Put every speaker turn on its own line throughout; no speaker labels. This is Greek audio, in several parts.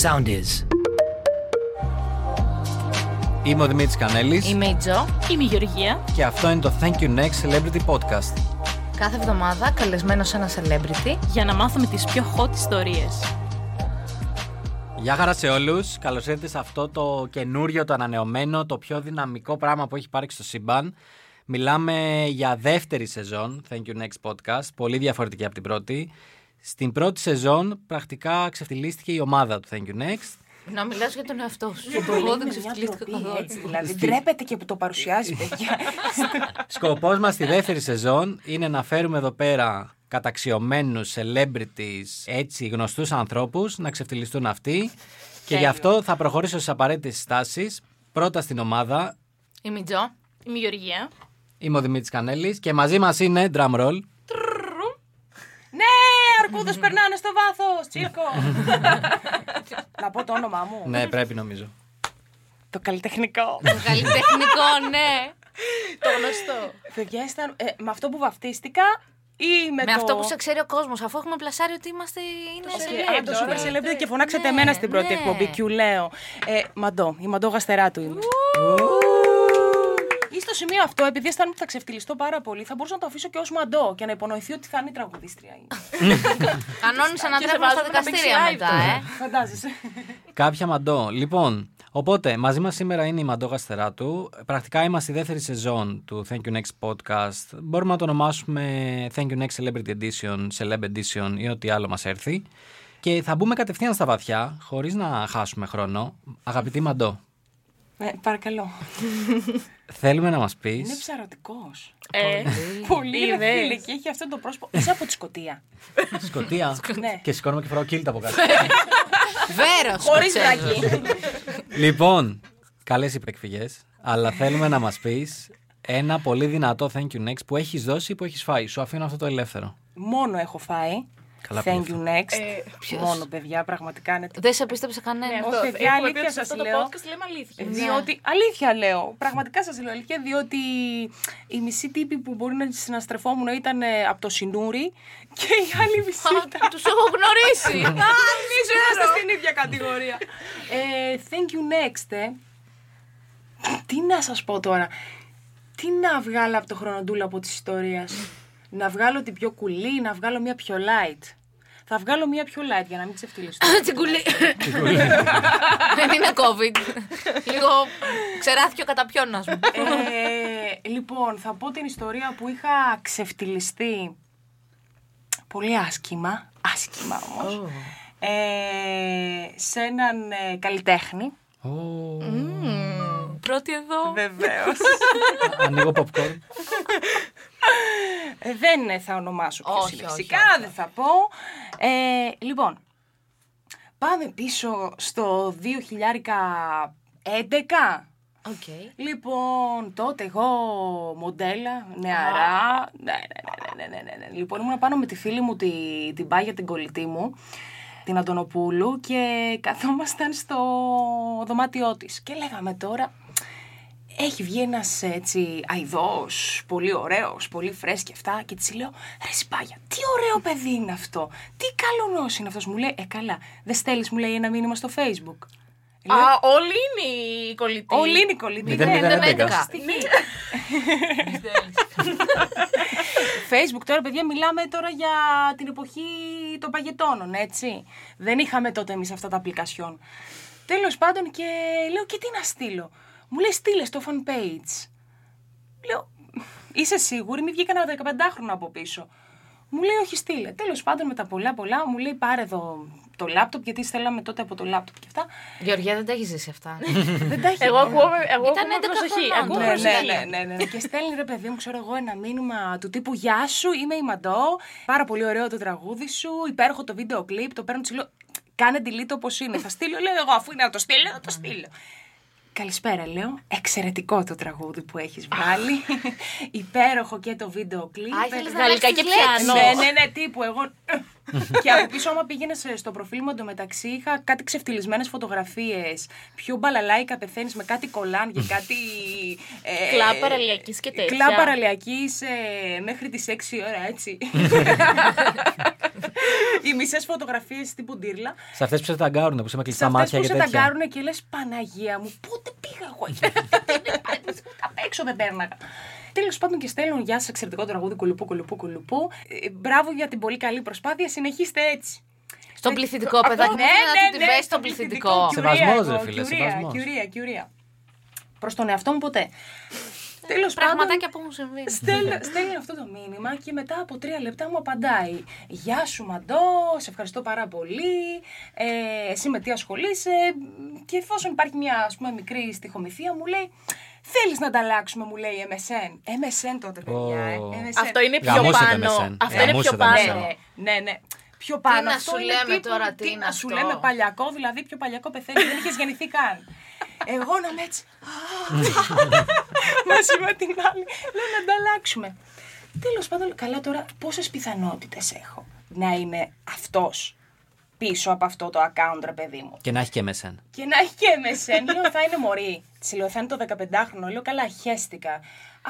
Sound is.
Είμαι ο Δημήτρης Κανέλης
Είμαι η Τζο.
Είμαι η Γεωργία.
και αυτό είναι το Thank You Next Celebrity Podcast.
Κάθε εβδομάδα καλεσμένο ένα celebrity.
Για να μάθουμε τις πιο hot ιστορίες.
Γεια χαρά σε όλους, καλώς ήρθατε σε αυτό το καινούριο, το ανανεωμένο, το πιο δυναμικό πράγμα που έχει υπάρξει στο σύμπαν. Μιλάμε για δεύτερη σεζόν Thank You Next Podcast, πολύ διαφορετική από την πρώτη. Στην πρώτη σεζόν πρακτικά ξεφτυλίστηκε η ομάδα του Thank You Next.
Να μιλάς για τον εαυτό σου. Εγώ δεν ξεφτυλίστηκα καθόλου.
Έτσι, δηλαδή. Ντρέπεται και που το παρουσιάζει, παιδιά.
Σκοπός μας στη δεύτερη σεζόν είναι να φέρουμε εδώ πέρα καταξιωμένους celebrities, έτσι γνωστούς ανθρώπους, να ξεφτυλιστούν αυτοί. Και γι' αυτό θα προχωρήσω στις απαραίτητες συστάσεις. Πρώτα στην ομάδα,
Είμαι η Τζο.
Είμαι η Γεωργία.
είμαι ο Δημήτρης Κανέλης και μαζί μας είναι drum roll.
ναι, αρκούδες περνάνε στο βάθος, τσίρκο. Να πω το όνομά μου.
Ναι, πρέπει νομίζω.
Το καλλιτεχνικό.
Ναι. Καλλιτεχνικό, ναι. Το γνωστό.
Παιδιά, ήταν ε, με αυτό που βαφτίστηκα ή με,
Με
το...
αυτό που σε ξέρει ο κόσμος, αφού έχουμε πλασάρει ότι είμαστε. Είναι
Και-
celeb
Α, το
τώρα.
super celebrity και φωνάξατε
Ναι,
εμένα στην πρώτη
ναι.
εκπομπή. Κιου λέω. Ε, μαντό, η μαντό γαστερά του είμαι. Ή στο σημείο αυτό, επειδή αισθάνομαι ότι θα ξεφτυλιστώ πάρα πολύ, θα μπορούσα να το αφήσω και ως μαντό και να υπονοηθεί ότι θα είναι η τραγουδίστρια.
Κανόνισα να
Και σε
τρέχουμε στα
βάζουμε να παίξεις
δικαστήρια
live
μετά, ε.
Φαντάζεσαι.
Κάποια μαντό. Λοιπόν, οπότε μαζί μας σήμερα είναι η Μαντό Γαστεράτου. Πρακτικά είμαστε η δεύτερη σεζόν του Thank You Next Podcast. Μπορούμε να το ονομάσουμε Thank You Next Celebrity Edition, Celeb Edition ή ό,τι άλλο μας έρθει. Και θα μπούμε κατευθείαν στα βαθιά, χωρίς να χάσουμε χρόνο. Αγαπητή Μαντό,
Ε, παρακαλώ.
θέλουμε να μας
Είναι
πεις...
ψαρωτικός.
Ε,
Πολύ είναι
Είδες.
φίλη και έχει αυτό το πρόσωπο. Είσαι από τη Σκωτία.
Σκοτία.
Ναι.
και σηκώνουμε και φοράω κίλτα από κάτω.
Βέρος.
Χωρίς βρακή.
λοιπόν, καλές υπεκφυγές, αλλά θέλουμε να μας πεις ένα πολύ δυνατό Thank You Next που έχεις δώσει ή που έχεις φάει. Σου αφήνω αυτό το ελεύθερο.
Μόνο έχω φάει.
Καλά
Thank
που
you
Ε,
next. Μόνο παιδιά, πραγματικά είναι.
Δεν σε πίστεψε κανένα.
Όχι, παιδιά,
έχουμε πει
αλήθεια
ότι σε
σας
αυτό το
λέω.
podcast Ναι. λέμε αλήθεια.
Διότι, αλήθεια λέω, πραγματικά σας λέω αλήθεια, διότι οι μισοί τύποι που μπορεί να συναστρεφόμουν ήταν ε, από το Σινούρι και οι άλλοι μισοί ήταν.
Τους έχω γνωρίσει.
Α, εμείς είμαστε στην ίδια κατηγορία. ε, thank you next. ε. Τι να σας πω τώρα. Τι να βγάλω από το χρονοτούλα από της ιστορίας. να βγάλω την πιο κουλή, να βγάλω μια πιο light. Θα βγάλω μια πιο light για να μην ξεφτυλιστώ.
Τσιγκουλή. Δεν είναι COVID. Λίγο ξεράθηκε ο καταπιόνα μου.
ε, λοιπόν, θα πω την ιστορία που είχα ξεφτυλιστεί πολύ άσχημα, άσχημα όμως, ε, σε έναν ε, καλλιτέχνη.
Ω,
Πρώτη εδώ.
Βεβαίως.
Ανοίγω popcorn.
Ε, δεν ε, θα ονομάσω ποιος
Όχι,
είναι
όχι,
φυσικά, δεν θα πω. Ε, λοιπόν, πάμε πίσω στο 2011.
Οκ.
Λοιπόν, τότε εγώ μοντέλα, νεαρά. Ναι, ναι, ναι, ναι, ναι, ναι, ναι. Λοιπόν, ήμουν πάνω με τη φίλη μου, τη, την πάγια, την κολλητή μου, την Αντωνοπούλου και καθόμασταν στο δωμάτιό της. Και λέγαμε τώρα, έχει βγει ένας έτσι αηδός, πολύ ωραίος, πολύ φρέσκ και αυτά. Και της λέω: Ρε Σιπάγια, τι ωραίο παιδί είναι αυτό. Τι καλονός είναι αυτός. Μου λέει: Ε, καλά. Δεν στέλνεις, μου λέει ένα μήνυμα στο Facebook.
Α, όλοι είναι οι κολλητοί.
Όλοι είναι κολλητοί.
Μηδέν,
ναι,
μηδέν,
ναι, ναι,
έντεκα.
ναι, στη γη. Facebook τώρα, παιδιά, μιλάμε τώρα για την εποχή των παγετώνων, έτσι. Δεν είχαμε τότε εμείς αυτά τα application. Τέλος πάντων, και λέω και τι να στείλω. Μου λέει στείλε στο fanpage. Λέω, είσαι σίγουρη, μην βγήκα ένα 15χρονο από πίσω. Μου λέει, όχι, στείλε. Τέλος πάντων, με τα πολλά πολλά, μου λέει, πάρε εδώ το λάπτοπ, γιατί στέλναμε τότε από το λάπτοπ και αυτά.
Γεωργία δεν τα έχεις ζήσει αυτά.
Δεν τα έχει.
Εγώ ακούω, εγώ
Ήταν
ακούω με
11
προσοχή.
χρονών
Ακούω
τώρα.
με
Ναι,
προσοχή.
ναι, ναι, ναι, ναι. Και στέλνει ρε παιδί μου, ξέρω εγώ, ένα μήνυμα του τύπου Γεια σου, είμαι η Μαντό. Πάρα πολύ ωραίο το τραγούδι σου. Υπέροχο το βίντεο κλιπ. Το παίρνω τσιλό. Κάνε delete όπως είναι. Θα στείλω, λέω εγώ, αφού είναι να το στείλω, θα το στείλω. Καλησπέρα, λέω. Εξαιρετικό το τραγούδι που έχεις βάλει. Υπέροχο και το βίντεο κλιπ.
Α, ήθελες να
Γαλλικά
αλλάξεις
και
λέξεις.
πιάνο.
Ναι, ναι, ναι, τύπου εγώ. και από πίσω, άμα πήγαινε στο προφίλ μου εντωμεταξύ, είχα κάτι ξεφτυλισμένες φωτογραφίες. Πιο μπαλαλάικα πεθαίνεις με κάτι κολάν και κάτι. ε,
Κλαμπ παραλιακής και τέτοια.
Κλαμπ παραλιακή μέχρι τις 6 ώρα, έτσι. Οι μισές φωτογραφίες τύπου ντύρλα.
Σε αυτές που σε ταγκάρουν, που σε με
Σε
κλειστά
αυτές
μάτια
που
και
σε
τέτοια.
ταγκάρουν και λες Παναγία μου, πότε πήγα εγώ εκεί. Δεν υπάρχει, Απ' έξω δεν πέρναγα. Τέλος πάντων και στέλνουν γεια σας, εξαιρετικό τραγούδι κουλουπού, κουλουπού, κουλουπού. Ε, μπράβο για την πολύ καλή προσπάθεια, συνεχίστε έτσι.
Στον πληθυντικό, παιδάκι.
Αυτό,
Ναι, να του την πέσει στον πληθυντικό.
Κιουρία
Σεβασμός,
εγώ,
ρε φίλε,
κιουρία,
σεβασμός.
Κιουρία, κιουρία. Προς τον εαυτό μου ποτέ. Τέλος πάντων.
Πραγματάκια που μου συμβεί.
Στέλνει, στέλνει αυτό το μήνυμα και μετά από τρία λεπτά μου απαντάει «Γεια σου Μαντό, σε ευχαριστώ πάρα πολύ, ε, εσύ με τι ασχολείσαι» και εφόσον υπάρχει μια ας πούμε μικρή στοιχομηθεία μου λέει «Θέλεις να τα αλλάξουμε» μου λέει MSN. MSN τότε παιδιά, ε,
Ω.
MSN.
Αυτό είναι πιο
Γαμώστε τα
πάνω.
MSN.
Αυτό είναι
Γαμώστε
πιο
τα
Ναι,
πάνω.
MSN.
ναι, ναι, ναι. Πιο πάνω.
να
αυτό
σου
είναι
λέμε
τύπου,
τώρα, τι
τι
είναι
να σου
αυτό.
λέμε παλιακό, δηλαδή πιο παλιακό πεθαίνει, δεν είχες γεννηθεί καν. Εγώ να είμαι έτσι. Μαζί με την άλλη. Λέω να ανταλλάξουμε. Τέλος πάντων, καλά τώρα, πόσες πιθανότητες έχω να είναι αυτός πίσω από αυτό το account, ρε παιδί μου.
Και να έχει και MSN.
Και να έχει και MSN. λέω θα είναι μωρή. Της λέω θα είναι το 15χρονο. Λέω καλά, χέστηκα.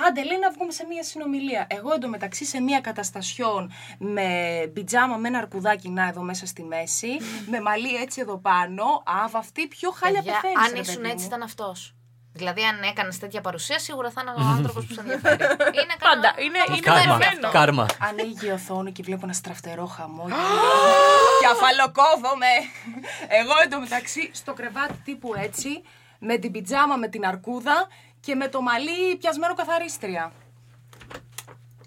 Άντε, λέει να βγούμε σε μία συνομιλία. Εγώ εντωμεταξύ σε μία καταστασιόν με πιτζάμα με ένα αρκουδάκι να εδώ μέσα στη μέση, με μαλλί έτσι εδώ πάνω. Αβ, αυτή πιο χάλια
Παιδιά,
πεθαίνεις.
αν ήσουν έτσι, ήταν αυτός. Δηλαδή, αν έκανες τέτοια παρουσία, σίγουρα θα ήταν ο άνθρωπος που σε ενδιαφέρει. Είναι
Πάντα.
κανόνα.
Είναι, είναι
Κάρμα.
δεδομένο.
Κάρμα.
Ανοίγει η οθόνη και βλέπω ένα στραφτερό χαμόγελο. και αφαλοκόβομαι. Εγώ εντωμεταξύ στο κρεβάτι τύπου έτσι, με την πιτζάμα με την αρκούδα και με το μαλλί πιασμένο καθαρίστρια.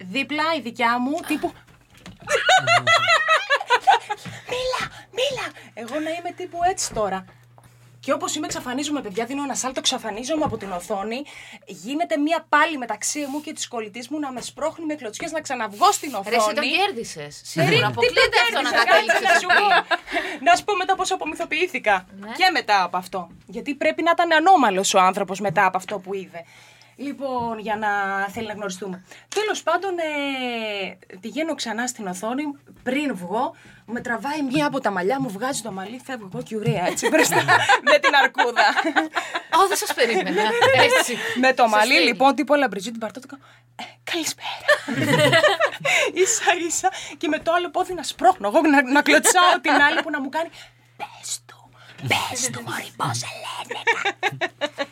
Δίπλα η δικιά μου τύπου. μίλα, μίλα! Εγώ να είμαι τύπου έτσι τώρα. Και όπως είμαι, εξαφανίζομαι, παιδιά. Δίνω ένα σάλτο, εξαφανίζομαι από την οθόνη. Γίνεται μία πάλι μεταξύ μου και της κολλητής μου να με σπρώχνει με κλωτσιές να ξαναβγώ στην
Ρε, εσύ τον
οθόνη.
κέρδισες.
Ρε,
Σίγουρα
τι
αποκλείεται
το
αυτό να
κέρδισα, κάτσε
κατέληξε
να σου πω. Να σου πω μετά πώ απομυθοποιήθηκα.
Ναι.
Και μετά από αυτό. Γιατί πρέπει να ήταν ανώμαλος ο άνθρωπος μετά από αυτό που είδε. Λοιπόν, για να θέλει να γνωριστούμε. Τέλος πάντων, ε, πηγαίνω ξανά στην οθόνη. Πριν βγω, με τραβάει μία από τα μαλλιά μου, βγάζει το μαλλί, φεύγω εγώ κιουρέα έτσι μπροστά. με την αρκούδα.
Ω, δεν σας περίμενα. Έτσι.
Με το
Σας
μαλλί
στέλνει.
λοιπόν τύπου Λαμπριζίτη Μπαρτότικα. Ε, καλησπέρα. ίσα ίσα και με το άλλο πόδι να σπρώχνω. Εγώ να, να κλωτσάω την άλλη που να μου κάνει. Πες του, πες του, Μωρή, πώς σε λένε.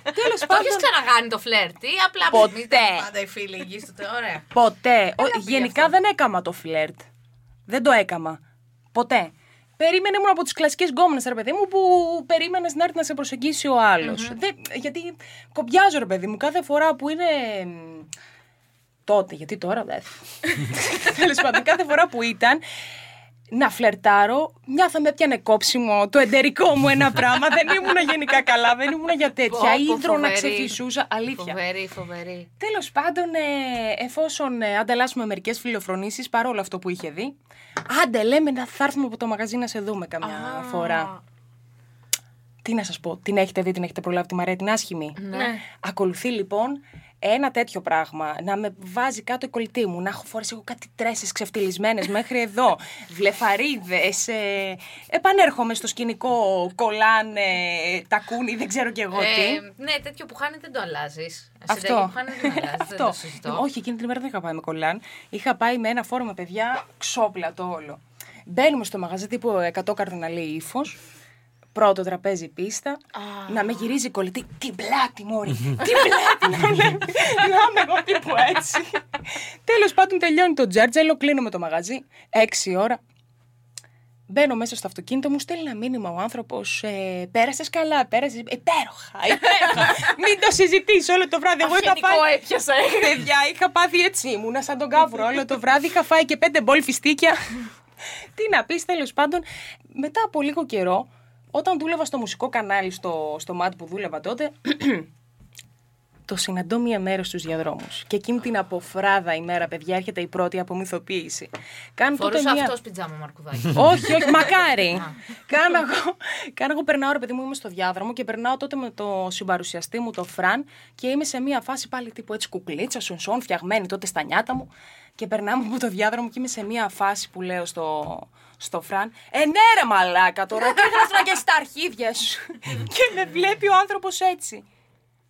Τέλο
Το
πάντων.
έχει ξαναγάνει το φλερτ ή απλά
Ποτέ.
Πάντα οι φίλοι γη του ωραία.
Ποτέ. Ο- γενικά δεν έκαμα το φλερτ. Δεν το έκαμα. Ποτέ. Περίμενε ήμουν από τις κλασικές γκόμενες, ρε παιδί μου, που περίμενες να έρθει να σε προσεγγίσει ο αλλο γιατί κοπιάζω, ρε παιδί μου, κάθε φορά που είναι. μ, Τότε, γιατί τώρα δεν. Τέλος πάντων, κάθε φορά που ήταν να φλερτάρω, μια θα με πιανε κόψιμο το εντερικό μου ένα πράγμα. δεν ήμουν γενικά καλά, δεν ήμουν για τέτοια.
Πω, πω,
Ήδρο να
φοβερή.
ξεφυσούσα, αλήθεια.
Φοβερή, φοβερή.
Τέλος πάντων, ε, εφόσον ε, ανταλλάσσουμε μερικές φιλοφρονήσεις παρόλο αυτό που είχε δει, άντε λέμε να θα έρθουμε από το μαγαζί να σε δούμε καμιά φορά. Τι να σας πω, την έχετε δει, την έχετε προλάβει τη Μαρία την άσχημη.
Ναι.
Ακολουθεί λοιπόν ένα τέτοιο πράγμα. Να με βάζει κάτω η κολλητή μου, να έχω φορέσει εγώ κάτι τρέσει ξεφτυλισμένες μέχρι εδώ, βλεφαρίδες. Ε, επανέρχομαι στο σκηνικό, κολλάνε, ε, τακούνι, δεν ξέρω κι εγώ τι.
Ε, ναι, τέτοιο που χάνει δεν το αλλάζεις.
Αυτό.
Συνταγή που χάνει δεν το αλλάζεις. Δεν το συζητώ.
Ε, Όχι, εκείνη την ημέρα δεν είχα πάει με κολλάν. Είχα πάει με ένα φόρο με παιδιά, ξόπλα το όλο. Μπαίνουμε στο μαγαζί τύπου 100 καρδιναλί ύφος. Πρώτο τραπέζι πίστα. Να με γυρίζει η κολλητή. Την πλάτη, Μόρι. Την πλάτη, να λέει. Να είμαι εγώ τύπου έτσι. Τέλος πάντων, τελειώνει το τζέρτζελο. Κλείνουμε το μαγαζί. 6 ώρα. Μπαίνω μέσα στο αυτοκίνητο, μου στέλνει ένα μήνυμα ο άνθρωπος. Ε, πέρασες καλά, πέρασες. Υπέροχα, υπέροχα. Μην το συζητήσει όλο το βράδυ. Εγώ είχα
Γενικό
πάει.
έπιασα.
Παιδιά, είχα πάθει έτσι. Ήμουνα σαν τον κάβουρο όλο το βράδυ. Είχα φάει και πέντε μπολ φιστίκια. Τι να πεις, τέλος πάντων, μετά από λίγο καιρό, όταν δούλευα στο μουσικό κανάλι στο, στο ΜΑΤ που δούλευα τότε, Το συναντώ μία μέρα στους διαδρόμους. Και εκείνη την αποφράδα ημέρα, παιδιά, έρχεται η πρώτη απομυθοποίηση. Κάνω τότε
Φορούσα
μία.
αυτός πιτζάμα μαρκουδάκι.
όχι, όχι, μακάρι. κάνω, εγώ, κάνω εγώ, περνάω, ρε παιδί μου, είμαι στο διάδρομο και περνάω τότε με το συμπαρουσιαστή μου, το Φραν, και είμαι σε μία φάση πάλι τύπου έτσι κουκλίτσα, σονσόν, φτιαγμένη τότε στα νιάτα μου. Και περνάμε από το διάδρομο και είμαι σε μία φάση που λέω στο, στο Φραν, Ε, ναι, ρε μαλάκα τώρα, τι έγραφα και στα αρχίδια σου. και με βλέπει ο άνθρωπος έτσι.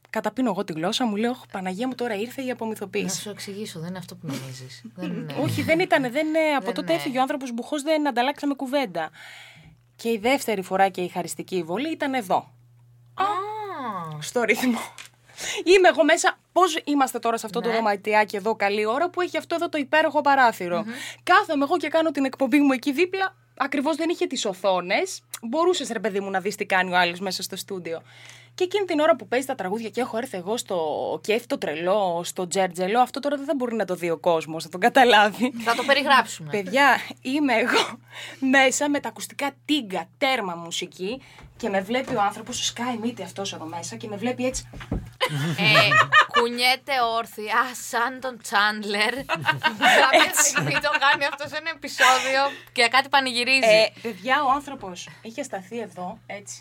Καταπίνω εγώ τη γλώσσα μου, λέω, «Ωχ, Παναγία μου, τώρα ήρθε η
Να
απομυθοποίηση.
σου εξηγήσω, δεν είναι αυτό που νομίζεις.
Όχι, δεν ήταν. Δεν, ε, από
Δεν,
τότε
ε.
έφυγε ο άνθρωπος μπουχός, δεν ανταλλάξαμε κουβέντα. Και η δεύτερη φορά και η χαριστική βολή ήταν εδώ, στο ρυθμό. Είμαι εγώ μέσα. Πώς είμαστε τώρα σε αυτό το δωματιάκι εδώ, καλή ώρα που έχει αυτό εδώ το υπέροχο παράθυρο. Κάθομαι εγώ και κάνω την εκπομπή μου εκεί δίπλα. Ακριβώς δεν είχε τις οθόνες. Μπορούσες, ρε παιδί μου, να δεις τι κάνει ο άλλος μέσα στο στούντιο. Και εκείνη την ώρα που παίζει τα τραγούδια και έχω έρθει εγώ στο κέφι το τρελό, στο τζέρτζελο, αυτό τώρα δεν θα μπορεί να το δει ο κόσμος, να τον καταλάβει.
Θα το
Ναι.
περιγράψουμε.
Παιδιά, είμαι εγώ μέσα με τα ακουστικά τίγκα, τέρμα μουσική και με βλέπει ο άνθρωπος, σκάει μύτη αυτός εδώ μέσα και με βλέπει έτσι.
ε, κουνιέται όρθια, σαν τον Τσάντλερ. Κάποια στιγμή το κάνει αυτό σε ένα επεισόδιο και κάτι
Ε,
πανηγυρίζει.
παιδιά, ο άνθρωπος είχε σταθεί εδώ, έτσι.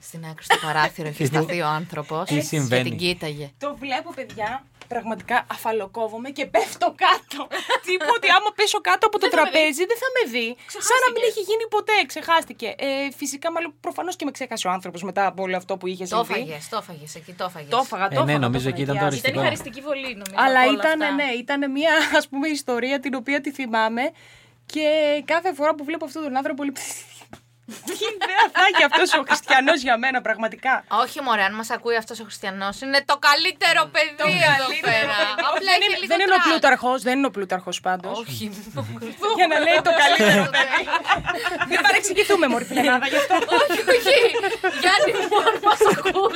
Στην άκρη στο παράθυρο είχε σταθεί ο άνθρωπος.
Τι
Και
συμβαίνει?
την κοίταγε.
Το βλέπω, παιδιά, πραγματικά αφαλοκόβομαι και πέφτω κάτω. Τύπου ότι άμα πέσω κάτω από το τραπέζι δεν θα με δει. Σαν να μην έχει γίνει ποτέ, ξεχάστηκε. Ε, φυσικά, μάλλον προφανώς και με ξέχασε ο άνθρωπος μετά από όλο αυτό που είχε
Το
συμβεί.
έφαγες, το έφαγες. Εκεί το έφαγες.
Το έφαγα, το
Ε, ναι,
έφαγα, το
νομίζω
έφαγα,
εκεί ήταν το
γεια.
αριστερό.
Ήταν η χαριστική βολή, νομίζω.
Αλλά
από όλα
ήταν,
αυτά.
ναι, ήταν μια ας πούμε ιστορία την οποία τη θυμάμαι και κάθε φορά που βλέπω αυτόν τον άνθρωπο λέω, Τι ιδέα θα έχει αυτός ο χριστιανός για μένα πραγματικά.
Όχι, μωρέ, αν μας ακούει αυτός ο Χριστιανός, είναι το καλύτερο παιδί εδώ πέρα. Απλά
Δεν
έχει
είναι,
λίγο
δεν είναι ο
τραν.
πλούταρχος, δεν είναι ο πλούταρχος πάντως.
Όχι.
Για να λέει το καλύτερο.
παιδί.
Μην παρεξηγηθούμε μωρή φιλενάδα γι' αυτό.
Όχι, όχι. Γιάννη μου, αν μας ακούς,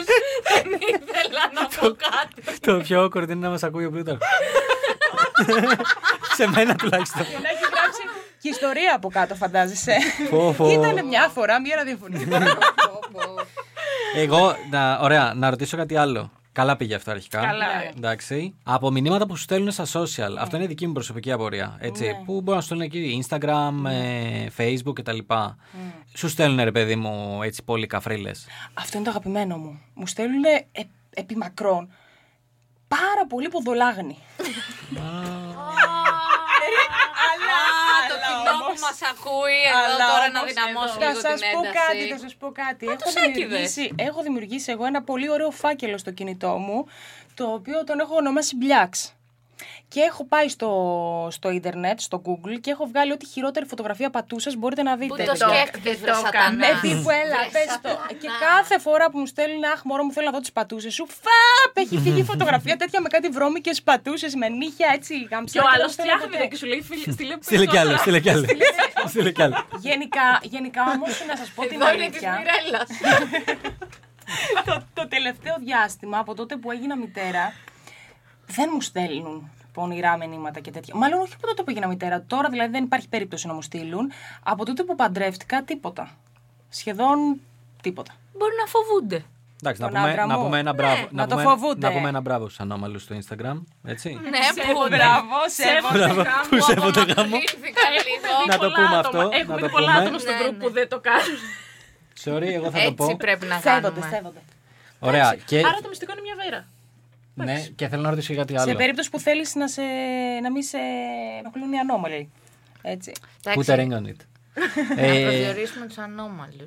δεν ήθελα να πω κάτι.
Το πιο awkward είναι να μας ακούει ο Πλούταρχος. Σε μένα τουλάχιστον.
Να έχει γράψει και ιστορία από κάτω φαντάζεσαι.
Πω, πω.
Ήταν μια φορά, μια ραδιοφωνία.
Εγώ, να, ωραία, να ρωτήσω κάτι άλλο. Καλά πήγε αυτό αρχικά.
Καλά, ε.
Εντάξει. Από μηνύματα που σου στέλνουν στα social. Αυτό είναι δική μου προσωπική απορία. Έτσι, Που μπορεί να στέλνουν εκεί Instagram, ε, Facebook κτλ. Σου στέλνουν, ρε παιδί μου, έτσι πολύ καφρίλες.
Αυτό είναι το αγαπημένο μου. Μου στέλνουν ε, επί μακρόν πάρα πολύ ποδολάγνη.
Αλλά το κοινό που μας ακούει εδώ
Αλλά
τώρα
όμως
να δυναμώσει
Θα
λίγο
σα
την
πω κάτι, θα
ένταση.
σας πω κάτι. Έχω
τους έκυβες.
δημιουργήσει, έχω δημιουργήσει εγώ ένα πολύ ωραίο φάκελο στο κινητό μου, το οποίο τον έχω ονομάσει Μπλιάξ. Και έχω πάει στο, στο ίντερνετ, στο Google και έχω βγάλει ό,τι χειρότερη φωτογραφία πατούσας μπορείτε να
Πού
δείτε.
το σκέφτηκες, βρε σατανά.
Με τύπου, έλα,
Βρε
πες το.
σατανά.
Και κάθε φορά που μου στέλνουν, Αχ, μωρό μου, θέλω να δω τις πατούσες σου. Φαπ! Έχει φύγει η φωτογραφία τέτοια με κάτι βρώμικες πατούσες, με νύχια έτσι
Και
γαμψά.
ο
δεν
άλλο
μου στέλνει ποτέ.
φτιάχνει και σου λέει φίλε, στείλε
Στείλε κι άλλο,
περισσότερα.
στείλε κι άλλο. Στείλε κι άλλο.
Γενικά, γενικά όμως, να σας πω την
Εδώ είναι της
αλήθεια.
Μιρέλας.
το, το τελευταίο διάστημα, από τότε που έγινα μητέρα, δεν μου στέλνουν λοιπόν, πονηρά μηνύματα και τέτοια. Μάλλον όχι από τότε που έγινα μητέρα. Τώρα δηλαδή δεν υπάρχει περίπτωση να μου στείλουν. Από τότε που παντρεύτηκα, τίποτα. Σχεδόν τίποτα.
Μπορεί να φοβούνται.
Εντάξει, να
Τον
πούμε,
άντρα
να
μου.
πούμε ένα μπράβο.
Ναι,
να το
πούμε ένα-
φοβούνται.
Να πούμε ένα μπράβο στους ανώμαλους στο Instagram. Έτσι.
Ναι, που
Μπράβο, σέβομαι.
Που σέβονται γάμο.
απομακρύνθηκα λίγο.
Να το
Πολλά
πούμε
άτομα.
αυτό, να
Έχουμε
το
δει πολλά
πούμε.
άτομα στον
Ναι,
group
ναι.
που δεν το κάνουν.
Sorry, εγώ θα το
Έτσι
πω.
πρέπει να
Σέβονται,
κάνουμε.
σέβονται.
Ωραία. Και,
Άρα το μυστικό είναι μια βέρα.
ναι, και θέλω να ρωτήσω και κάτι
Σε
άλλο.
περίπτωση που θέλεις να, σε, να μην σε ενοχλούν οι ανώμαλοι. Έτσι.
Put a ring on it.
Να
Ε,
προσδιορίσουμε τους ανώμαλους.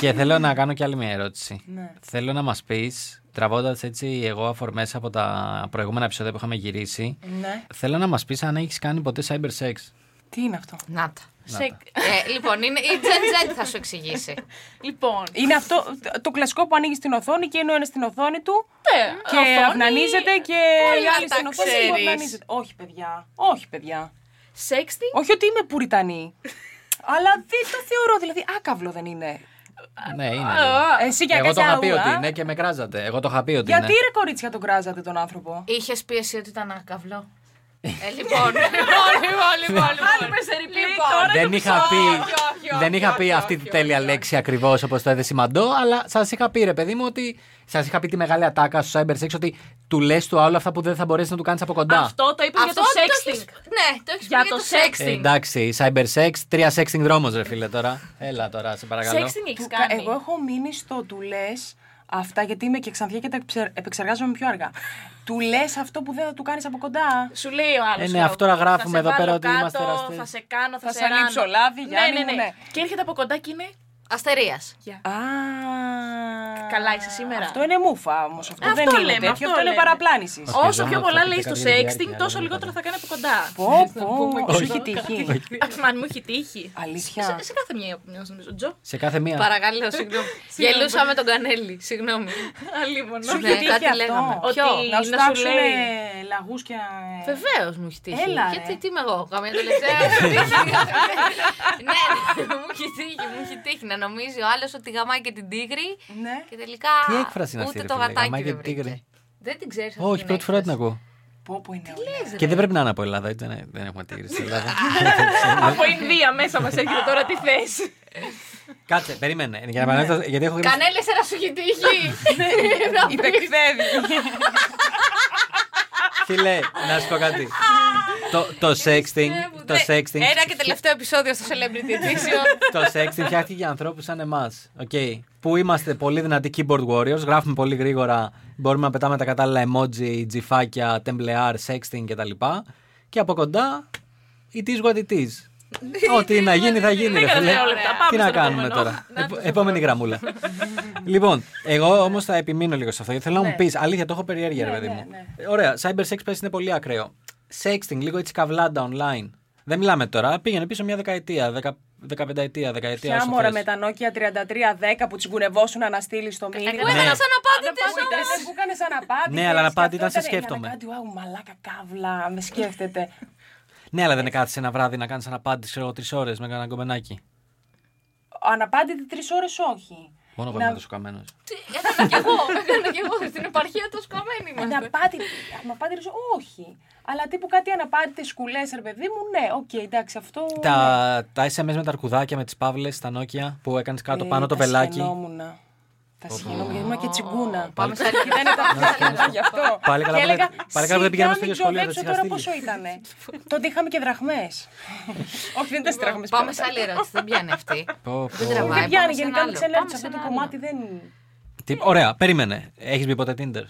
Και θέλω να κάνω και άλλη μια ερώτηση.
Ναι.
Θέλω να μας πεις, τραβώντας έτσι εγώ αφορμές από τα προηγούμενα επεισόδια που είχαμε γυρίσει,
Ναι.
θέλω να μας πεις αν έχεις κάνει ποτέ cyber sex.
Τι είναι αυτό.
Να τα.
Σε...
Ε, λοιπόν, είναι η Τζεν Τζεν θα σου εξηγήσει.
Λοιπόν,
Είναι αυτό το- το κλασικό που ανοίγει την οθόνη και είναι ο ένα στην οθόνη του.
ναι,
Και
οθόνη,
αυνανίζεται και η
Όλα
άλλη
τα
στην οθόνη
ξέρεις.
που αυνανίζεται. Όχι, παιδιά. Όχι, παιδιά.
Sexting.
Όχι ότι είμαι πουριτανή. Αλλά δεν το θεωρώ. Δηλαδή, άκαυλο δεν είναι.
ναι, είναι. λίγο.
Α,
Εσύ για
εγώ το
κακιά
είχα πει
ουα.
ότι είναι και με κράζατε. Εγώ το είχα πει ότι ναι.
Γιατί
είναι.
ρε κορίτσια τον κράζατε τον άνθρωπο.
Είχες πει εσύ ότι ήταν άκαυλο. Ε, λοιπόν, λοιπόν, λοιπόν, λοιπόν, λοιπόν.
Πες, repeat,
Λοιπόν.
τώρα
Δεν
το
είχα
ψάχνω.
πει,
Όχι, όχι,
δεν
όχι,
είχα
όχι,
πει
όχι,
αυτή
όχι,
τη τέλεια
όχι.
λέξη ακριβώς όπως το έθεσε η Μαντό, αλλά σας είχα πει, ρε παιδί μου, ότι σας είχα πει τη μεγάλη ατάκα στο Cyber Sex ότι του λες του άλλου αυτά που δεν θα μπορέσει να του κάνεις από κοντά.
Αυτό το είπα για το
έχεις-
sexting.
Ναι, το έχεις πει
Για
για
το
το
sexting.
sexting.
Ε, εντάξει, Cyber Sex, τρία sexting δρόμος, ρε φίλε τώρα. Έλα τώρα, σε παρακαλώ.
Sexting έχεις
Του-
κάνει.
Εγώ έχω μείνει στο του λες αυτά, γιατί είμαι και ξανθιά και τα εξε- επεξεργάζομαι πιο αργά. του λες αυτό που δεν θα του κάνεις από κοντά.
Σου λέει ο άλλος.
Ε, ναι, αυτό να γράφουμε εδώ πέρα ότι είμαστε εραστές.
Θα σε κάνω, θα,
Θα
σε
σε ανοίξω
ράνω.
λάδι,
ναι,
Γιάννη
ναι,
μου,
ναι,
ναι.
Και έρχεται από κοντά και είναι.
Αστερίας.
Γεια.
Α,
Καλά είσαι σήμερα.
Αυτό είναι μούφα όμως. Αυτό,
Αυτό
δεν είναι
λέμε,
τέτοιο.
αυτό
Αυτό, είναι
λέμε.
παραπλάνησης.
Ω,
Όσο
σχεδόν
πιο πολλά λέει
αυτοκτονικά
στο
κατά τη διάρκεια,
sexting, τόσο
αλλά
λιγότερα
δεν
θα κάνει από κοντά.
Πω, πω, σου έχει τύχει.
Αχ, Μαν μου έχει τύχει. Σε,
Αλήθεια.
σε κάθε μία από μια νομίζω. Τζο.
Σε κάθε μία.
Παρακαλώ, συγγνώμη. Γελούσα με τον Κανέλη. Συγγνώμη.
Αλίμονο.
Σου
Ναι,
έχει τύχει
κάτι
αυτό.
λέγαμε.
Ότι
Ποιο?
Να σου
να σου
τάξουν
λέει.
λαγούς και.
Βεβαίως μου έχει τύχει.
Έλα, ρε.
Γιατί τι είμαι εγώ, καμία τελευταία. μου έχει τύχει. Ναι, ναι, μου έχει τύχει, μου έχει τύχει. Να νομίζει ο άλλος ότι γαμάει και την τίγρη
Ναι.
και τελικά
Τι έκφραση είναι αυτή,
ούτε
ρε
το
φίλε,
γατάκι
γαμάει και
δεν
την
βρήκε.
τίγρη.
Δεν την ξέρεις αυτή.
Όχι, πρώτη φορά την ακούω.
Πω, πω είναι. ωραία.
Και δεν πρέπει να είναι από Ελλάδα, έτσι δεν- δεν έχουμε τίγρη στην Ελλάδα.
Από Ινδία μέσα μας έρχεται τώρα τι θες.
Κάτσε, περίμενε. Για να επανέλθω, γιατί έχω γράψει-
Κανέλη, ένα σου έχει τύχει. Να πεις.
Φίλε, να σου πω κάτι. Το- Το sexting. Το
Ναι,
sexting.
Ένα και τελευταίο επεισόδιο στο Celebrity Edition.
Το sexting φτιάχτηκε για ανθρώπους σαν εμάς. Που είμαστε πολύ δυνατοί keyboard warriors, γράφουμε πολύ γρήγορα, μπορούμε να πετάμε τα κατάλληλα emoji, τζιφάκια, τεμπλεάρ, sexting κτλ. Και από κοντά, it is what it is. Ό,τι να γίνει, θα γίνει.
Ναι,
Ρε,
κατά
φίλε.
δύο λεπτά. Πάμε
Τι να
στο
κάνουμε
επόμενο.
τώρα. Επο- Επόμενη γραμμούλα. λοιπόν, εγώ όμως θα επιμείνω λίγο σε αυτό. Γιατί
Ναι.
θέλω να μου πεις αλήθεια, το έχω περιέργεια, ρε παιδί μου. Ε, Ωραία, cyber sex πες είναι πολύ ακραίο. Sexting, λίγο έτσι καβλάντα online. Δεν μιλάμε τώρα. Πήγαινε πίσω μια δεκαετία, δεκα, δεκαπενταετία, δεκαετία.
Ποια
όσο
μόρα
θες.
με τα Nokia 3310 που τσιγκουνευόσουν να στείλει το
Που
μήνυμα.
έκανα σαν απάντητε
Ήταν που έκανε αναπάτη.
Ναι, αλλά αναπάτη ήταν, σε σκέφτομαι.
Κάτι, wow, μαλάκα καύλα, με σκέφτεται.
Ναι, αλλά δεν κάθεσαι ένα βράδυ να κάνεις αναπάντηση, ξέρω εγώ, τρεις ώρες με ένα κομμενάκι.
Αναπάντητη τρεις ώρες όχι.
Μόνο κομμάτι σου καμένο.
Έκανα Ε, κι εγώ. Έκανα κι εγώ. Στην επαρχία του σκαμμένη
Ε,
είμαστε.
Αναπάτη, αναπάτη τρεις ώρες, όχι. Αλλά τύπου κάτι αναπάτητε σκουλές, ρε παιδί μου, ναι, οκ, εντάξει, αυτό.
Τα, τα SMS με τα αρκουδάκια, με τις παύλες, τα Nokia που έκανες κάτω
ναι. Ε,
πάνω το
τα
πελάκι.
συγχαινόμουνα. Τα συγχαινόμουν γιατί ήμουν και τσιγκούνα.
Πάμε σε άλλη
Δεν ήταν γι' αυτό.
Πάλι καλά
Και
που δεν-
έλεγα,
πάλι καλά που δεν πηγαίναμε στο ίδιο
«Σιγά μην
σχολείο, δεν
τζοδέψω
σε
τώρα
είχα
πόσο ήταν. Τότε είχαμε και δραχμές. Όχι, δεν ήταν στι δραχμέ.
Πάμε σε άλλη ερώτηση. Δεν πιάνει αυτή.
Πω, πω.
Δεν τραβάει.
Δεν πιάνει,
Πάμε σε ένα
γενικά με
άλλο.
ξενέρωσε
Πάμε σε
αυτό το
ένα
κομμάτι. Δεν...
Τι- Ωραία, περίμενε. Έχεις μπει ποτέ Tinder.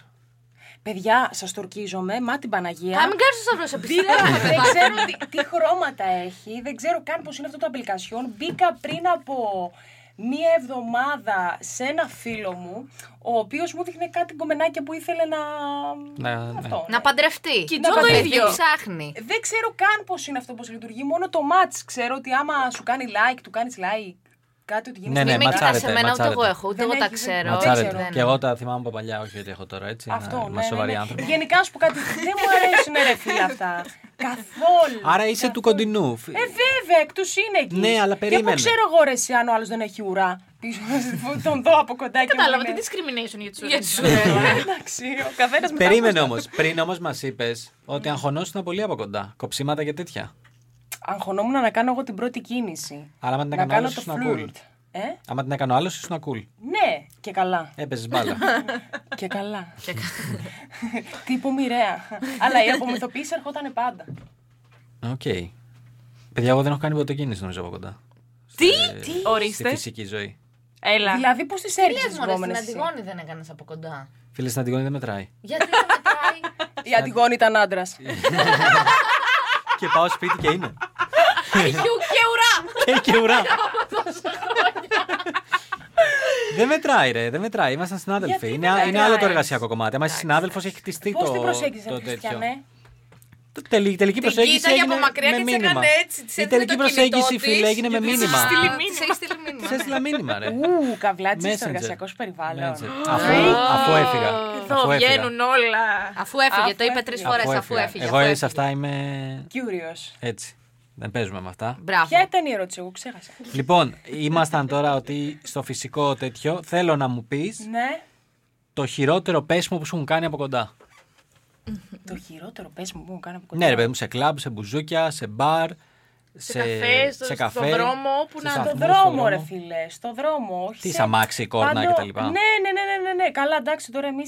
Παιδιά, σας τορκίζομαι, μα την Παναγία.
Α, μην κάνει το σαυρό, σε
Μπήκα,
πιστεύω. ρε
δεν
παιδάκι.
ξέρω τι, τι χρώματα έχει, δεν ξέρω καν πώς είναι αυτό το application. Μπήκα πριν από μία εβδομάδα σε ένα φίλο μου, ο οποίος μου δείχνε κάτι κομμενάκια που ήθελε να...
Να- ναι.
αυτό, ναι.
Να παντρευτεί.
Κι
Να
Τζο το
παντρευτεί,
ίδιο.
Ψάχνει.
Δεν ξέρω καν πώς είναι αυτό, πώς λειτουργεί, μόνο το match ξέρω ότι άμα σου κάνει like, του κάνεις like, κάτι ότι γίνεται.
Ναι,
Μην με
ματσάρετε,
κοιτάς εμένα, ούτε
ματσάρετε.
εγώ έχω, ούτε
Δεν
εγώ τα
έχεις, δεν-
ξέρω. Ναι,
Ματσάρετε.
Δεν-
Και εγώ τα θυμάμαι από παλιά, όχι ότι έχω τώρα έτσι.
ναι, Αυτό,
να-
ναι,
Είμαστε
ναι,
σοβαροί
ναι.
άνθρωποι.
Γενικά να σου πω κάτι, δεν μου αρέσουν ρε φίλε αυτά. Καθόλου.
Άρα είσαι του κοντινού.
Ε, βέβαια, εκτός είναι εκεί.
Ναι, αλλά
Για πού
περίμενε.
ξέρω εγώ ρε, εσύ, αν ο άλλος δεν έχει ουρά. Πίσω, τον δω από κοντά και. μου
Κατάλαβα τι
λέει,
discrimination για τους
Για τους
ουρανούς.
ουρανούς.
Εντάξει, ο καθένας με
Περίμενε όμω. Πριν όμως μας είπες ότι
Ε.
αγχωνόσουν πολύ από κοντά. Κοψίματα και τέτοια.
Αγχωνόμουν να κάνω εγώ την πρώτη κίνηση.
Αλλά άμα την
να
έκανε άλλο,
κάνω το
ήσουν cool.
φλουρτ. Ε,
Άμα την έκανε άλλος, ήσουν cool.
ναι, και καλά.
Έπαιζες μπάλα.
και καλά. Τύπο μοιραία. αλλά η απομυθοποίηση ερχόταν πάντα.
Οκ. Παιδιά, εγώ δεν έχω κάνει ποτέ κίνηση νομίζω από κοντά.
Τι, τι,
Στη
ορίστε.
φυσική ζωή.
Έλα.
δηλαδή, πώς τις έριξε
Λες
τι
μωρέ, στην
επόμενες.
Αντιγόνη δεν έκανες από κοντά.
Φίλες, στην Αντιγόνη δεν μετράει.
Γιατί δεν μετράει.
Η Αντιγόνη ήταν άντρας.
και πάω σπίτι και είναι.
Αγιού και ουρά.
και, και ουρά. δεν μετράει, ρε. Δεν μετράει. Ήμασταν συνάδελφοι.
Γιατί
Είναι,
δεν
είναι άλλο το
μετράει.
εργασιακό κομμάτι. Αν είσαι συνάδελφος, έχει χτιστεί
Πώς
το,
την
το
προσέγγιζε,
τέτοιο.
Χριστιανέ.
Το τελ- Η τελική
Την
προσέγγιση
κοίταγε
έγινε
από μακριά
με
και της
μήνυμα.
έκανε έτσι, της
Η
έδινε
τελική
το κινητό
προσέγγιση,
της
φίλε, έγινε με
και της
μήνυμα.
έστειλε
στείλει
μήνυμα. Της έχει στείλει μήνυμα.
Σε έστειλα μήνυμα, ρε.
Ου, καβλάτσι στο
Messenger.
εργασιακό σου περιβάλλον.
Messenger. Αφού, αφού έφυγα.
Εδώ
αφού έφυγα.
βγαίνουν όλα.
Αφού έφυγε,
Αφού
το είπε
έφυγε.
τρει φορές. Αφού έφυγε. αφού
Εγώ σε
έφυγε.
αυτά είμαι
Curious.
έτσι. Δεν παίζουμε με αυτά.
Μπράβο.
Ποια ήταν η ερώτηση, εγώ ξέχασα.
Λοιπόν, ήμασταν τώρα ότι στο φυσικό τέτοιο θέλω να μου πεις
Ναι.
το χειρότερο πέσιμο που σου έχουν κάνει από κοντά.
Το χειρότερο, πε μου, που μου κάνει από κοντά.
Ναι, ρε παιδί μου, σε κλαμπ, σε μπουζούκια, σε μπαρ.
Σε καφές, στο- στον δρόμο, όπου να-
στους
Στον
Στον
σταθμούς,
δρόμο, ρε φίλε. Στον δρόμο, όχι.
Τι,
σε-
σ' αμάξι, κόρνα
Παντό-
κτλ.
Ναι, ναι, ναι, ναι, ναι, ναι. Καλά, εντάξει, τώρα εμείς.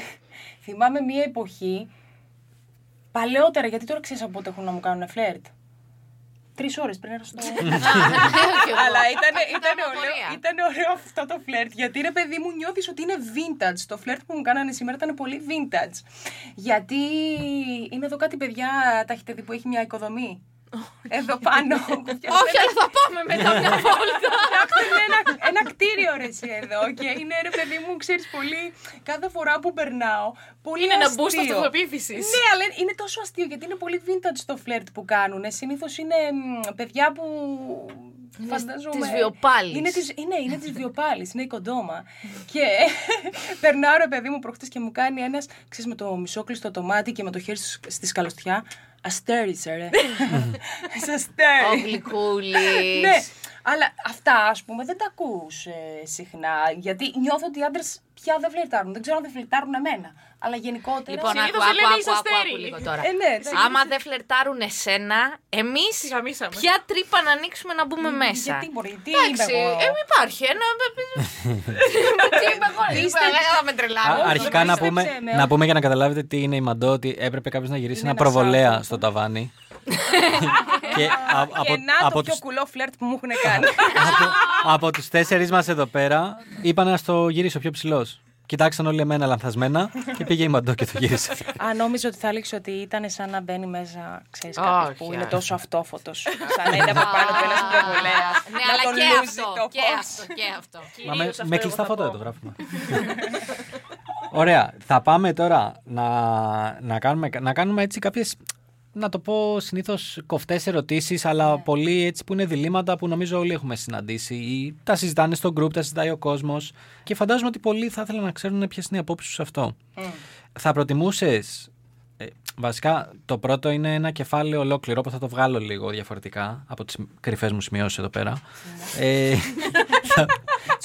Θυμάμαι μία εποχή. Παλαιότερα, γιατί τώρα ξέρεις από πότε έχουν να μου κάνουν φλερτ. Τρεις ώρες πριν έρθω στο. Αλλά ήταν, ήταν, ωραίο, ήταν ωραίο αυτό το φλερτ. Γιατί ρε παιδί μου, νιώθεις ότι είναι vintage. Το φλερτ που μου κάνανε σήμερα ήταν πολύ vintage. Γιατί είναι εδώ κάτι παιδιά, τα έχετε δει που έχει μια οικοδομή. εδώ πάνω.
Όχι, αλλά θα πάμε μετά μια βόλτα.
Φτιάξτε ένα, ένα κτίριο ρε εσύ εδώ και είναι ρε παιδί μου, ξέρεις πολύ, κάθε φορά που περνάω, πολύ
Είναι ένα
αστείο.
boost αυτοπεποίθησης.
Ναι, αλλά είναι τόσο αστείο γιατί είναι πολύ vintage το φλερτ που κάνουν. Συνήθως είναι μ, παιδιά που. Φανταζομαι.
της βιοπάλης.
Είναι της, είναι, είναι της βιοπάλης, είναι η κοντόμα. και περνάω ρε παιδί μου προχτές και μου κάνει ένας, ξέρεις με το μισόκλειστο το μάτι και με το χέρι στις- στη σκαλωστιά, αστέρισε ρε. Σε
Ο
αστέρι.
γλυκούλης.
Ναι, αλλά αυτά ας πούμε δεν τα ακούς συχνά. Γιατί νιώθω ότι οι άντρες πια δεν φλερτάρουν. Δεν ξέρω αν δεν φλερτάρουν εμένα. Αλλά γενικότερα.
Λοιπόν,
Συνήθως
άκου,
δεν λένε
άκου,
είσαι
άκου, άκου
αστέρι.
λίγο τώρα.
Ε, ναι, εντάξει.
Άμα δεν φλερτάρουν εσένα, εμείς
Συγχαμίσαμε.
ποια τρύπα να ανοίξουμε να μπούμε μέσα.
Γιατί μπορεί, τι
Εντάξει,
είμαι εγώ.
ε, υπάρχει ένα... Τι είμαι εγώ, ρε,
Είστε-
αλλά με τρελάω.
Α,
όχι,
Αρχικά να
πίστεψε
πούμε,
με,
να
όχι.
πούμε για να καταλάβετε τι είναι η μαντό ότι έπρεπε κάποιος να γυρίσει
Είναι
ένα
ένας
προβολέα
άνθρωπος.
στο ταβάνι. και α- από,
και να το
από,
πιο
τους,
κουλό φλερτ που μου έχουν κάνει.
από, από τους τέσσερις μας εδώ πέρα είπα να στο γυρίσω πιο ψηλός. Κοιτάξαν όλοι εμένα λανθασμένα και πήγε η μαντό και το γύρισε.
Αν νόμιζα ότι θα λήξει ότι ήταν σαν να μπαίνει μέσα, ξέρεις
Όχι,
κάποιος που είναι
όχι.
τόσο αυτόφωτος. Σαν να είναι από πάνω του ένα προβολέα.
Ναι, αλλά
τον
και
λούζει
αυτό,
το
και
φως.
αυτό, και αυτό.
Μα
Κυρίως
με,
αυτό
με
εγώ
κλειστά
θα
φώτα
πω.
δεν το γράφουμε. Ωραία. Θα πάμε τώρα να, να, κάνουμε, να κάνουμε έτσι κάποιες, να το πω συνήθως κοφτές ερωτήσεις,
Ναι.
αλλά πολύ έτσι που είναι διλήμματα που νομίζω όλοι έχουμε συναντήσει ή τα συζητάνε στο group, τα συζητάει ο κόσμος και φαντάζομαι ότι πολλοί θα ήθελαν να ξέρουν ποιες είναι οι απόψεις σου σε αυτό.
Ε.
Θα προτιμούσες... ε, βασικά, το πρώτο είναι ένα κεφάλαιο ολόκληρο που θα το βγάλω λίγο διαφορετικά από τις κρυφές μου σημειώσεις εδώ πέρα.
Ναι.
ε,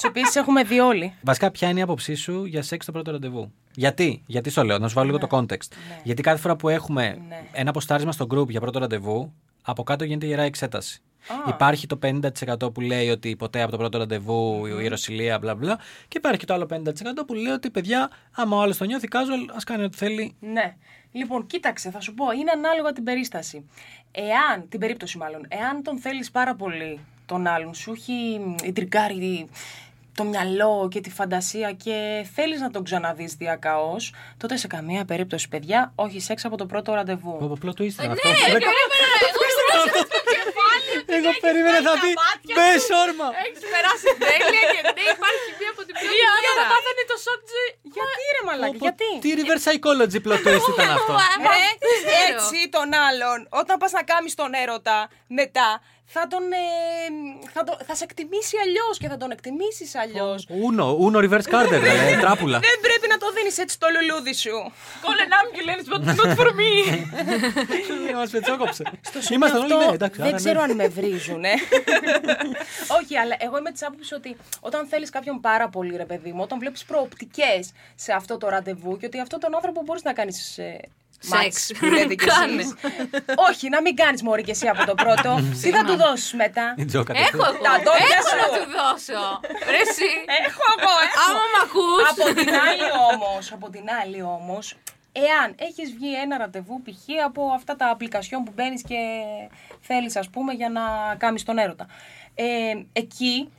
Τι οποίες έχουμε δει όλοι.
Βασικά, ποια είναι η άποψή σου για σεξ το πρώτο ραντεβού. Γιατί, γιατί στο λέω, να σου βάλω λίγο το
Ναι.
context. Γιατί κάθε φορά που έχουμε ένα αποστάρισμα στο group για πρώτο ραντεβού, από κάτω γίνεται ιερά εξέταση. Υπάρχει το 50% που λέει ότι ποτέ από το πρώτο ραντεβού η ιεροσυλία, μπλα μπλα. Και υπάρχει και το άλλο 50% που λέει ότι παιδιά, άμα ο άλλος το νιώθει casual, ας κάνει ό,τι θέλει.
Ναι. Λοιπόν, κοίταξε, θα σου πω, είναι ανάλογα την περίσταση. Εάν, την περίπτωση μάλλον, εάν τον θέλεις πάρα πολύ τον άλλον, σου έχει τριγκάρει το μυαλό και τη φαντασία και θέλεις να τον ξαναδείς διακαώς, τότε σε καμία περίπτωση, παιδιά, όχι σεξ από το πρώτο ραντεβού.
Από
Ε,
απλό του ήσταν αυτό.
Περίμενα, εγώ γνώρισα ναι, το κεφάλι ότι
Εγώ περίμενα θα πει Μπε όρμα!
Έχεις περάσει τέλεια και δεν υπάρχει μία από την πρώτη
Οι
ναι,
άλλοι
μέρα.
να πάθανε το σοκ τζι.
Γιατί ρε
Ε,
μαλάκι,
Πω,
γιατί. Ε,
Τι reverse psychology plot twist ήταν αυτό.
Μα, μα, δεν Ε, ξέρω.
έτσι τον άλλον, όταν πας να κάνεις τον έρωτα μετά, θα, τον, ε, θα, τον- θα σε εκτιμήσει αλλιώς και θα τον εκτιμήσεις αλλιώς.
Ούνο, ούνο reverse carder,
Ναι,
δηλαδή, τράπουλα.
Δεν πρέπει να το δίνεις έτσι το λουλούδι σου.
Call an ambulance, but not for me.
Μας Ναι, πετσόκοψε.
Σημείο
Ήμασταν όλοι
αυτό
ναι, εντάξει.
Δεν ξέρω αν με βρίζουν. ε. Όχι, αλλά εγώ είμαι της άποψης ότι όταν θέλεις κάποιον πάρα πολύ, ρε παιδί μου, όταν βλέπεις προοπτικές σε αυτό το ραντεβού και ότι αυτό τον άνθρωπο μπορείς να κάνεις.
Σεξ.
Που λέτε κι
Κάνε.
εσείς. Όχι, να μην κάνεις μόρι και εσύ από το πρώτο. Τι θα του δώσεις μετά.
Η Τζόκα το
Έχω
ξέρει.
εγώ.
Τα ντόπια
Έχω
σου.
να του δώσω. Ρε εσύ.
Έχω εγώ,
Ε, Άμα μ' ακούς.
από την άλλη όμως, από την άλλη όμως, εάν έχεις βγει ένα ραντεβού π.χ. από αυτά τα application που μπαίνεις και θέλεις, ας πούμε, για να κάνεις τον έρωτα. Ε, εκεί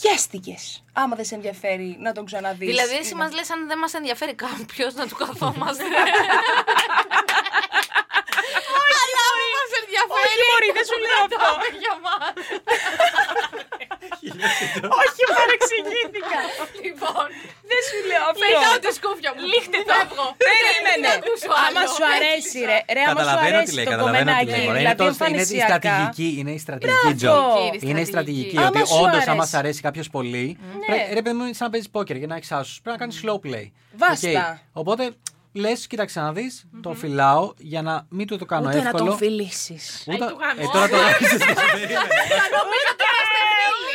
χέστηκε. Άμα δεν σε ενδιαφέρει να τον ξαναδείς.
Δηλαδή, εσύ μας λες αν δεν μας ενδιαφέρει κάποιος να του καθόμαστε. Αλλά αν μας ενδιαφέρει.
Όχι, μωρή, δεν σου λέω
να
αυτό.
το πάμε για μας.
Όχι, παρεξηγήθηκα.
Λοιπόν,
δεν σου λέω
πετάω
αυτό.
τη σκούφια μου. Λίχτε το εγώ.
Περίμενε.
Δεν ακούσω
Ναι. Άμα
άλλο.
σου αρέσει, ρε. ρε άμα σου
Καταλαβαίνω τι
αρέσει
λέει,
το
καταλαβαίνω τι
κομμενάκι.
λέει. μωρέ. Είναι
Δηλαδή,
το- είναι η
εμφανισιακά.
στρατηγική, είναι η στρατηγική Τζο.
Μπράβο.
Κύριε
Είναι η
στρατηγική.
στρατηγική
Άμα
ότι
σου
όντως,
αρέσει. Ναι.
άμα σ' αρέσει κάποιος πολύ, πρέ- ρε παιδί μου, είναι σαν να παίζεις πόκερ για να έχει άσου. Πρέπει να κάνεις slow play.
Βάστα.
Οκ. Οπότε λες, κοίταξε να δεις, το φυλάω για να μην του το κάνω
Ούτε να τον
εύκολο.
φιλήσεις.
Ούτε-
του γάμισε.
Ε, τώρα το γάμισες.
Νομίζω ότι είμαστε φίλοι.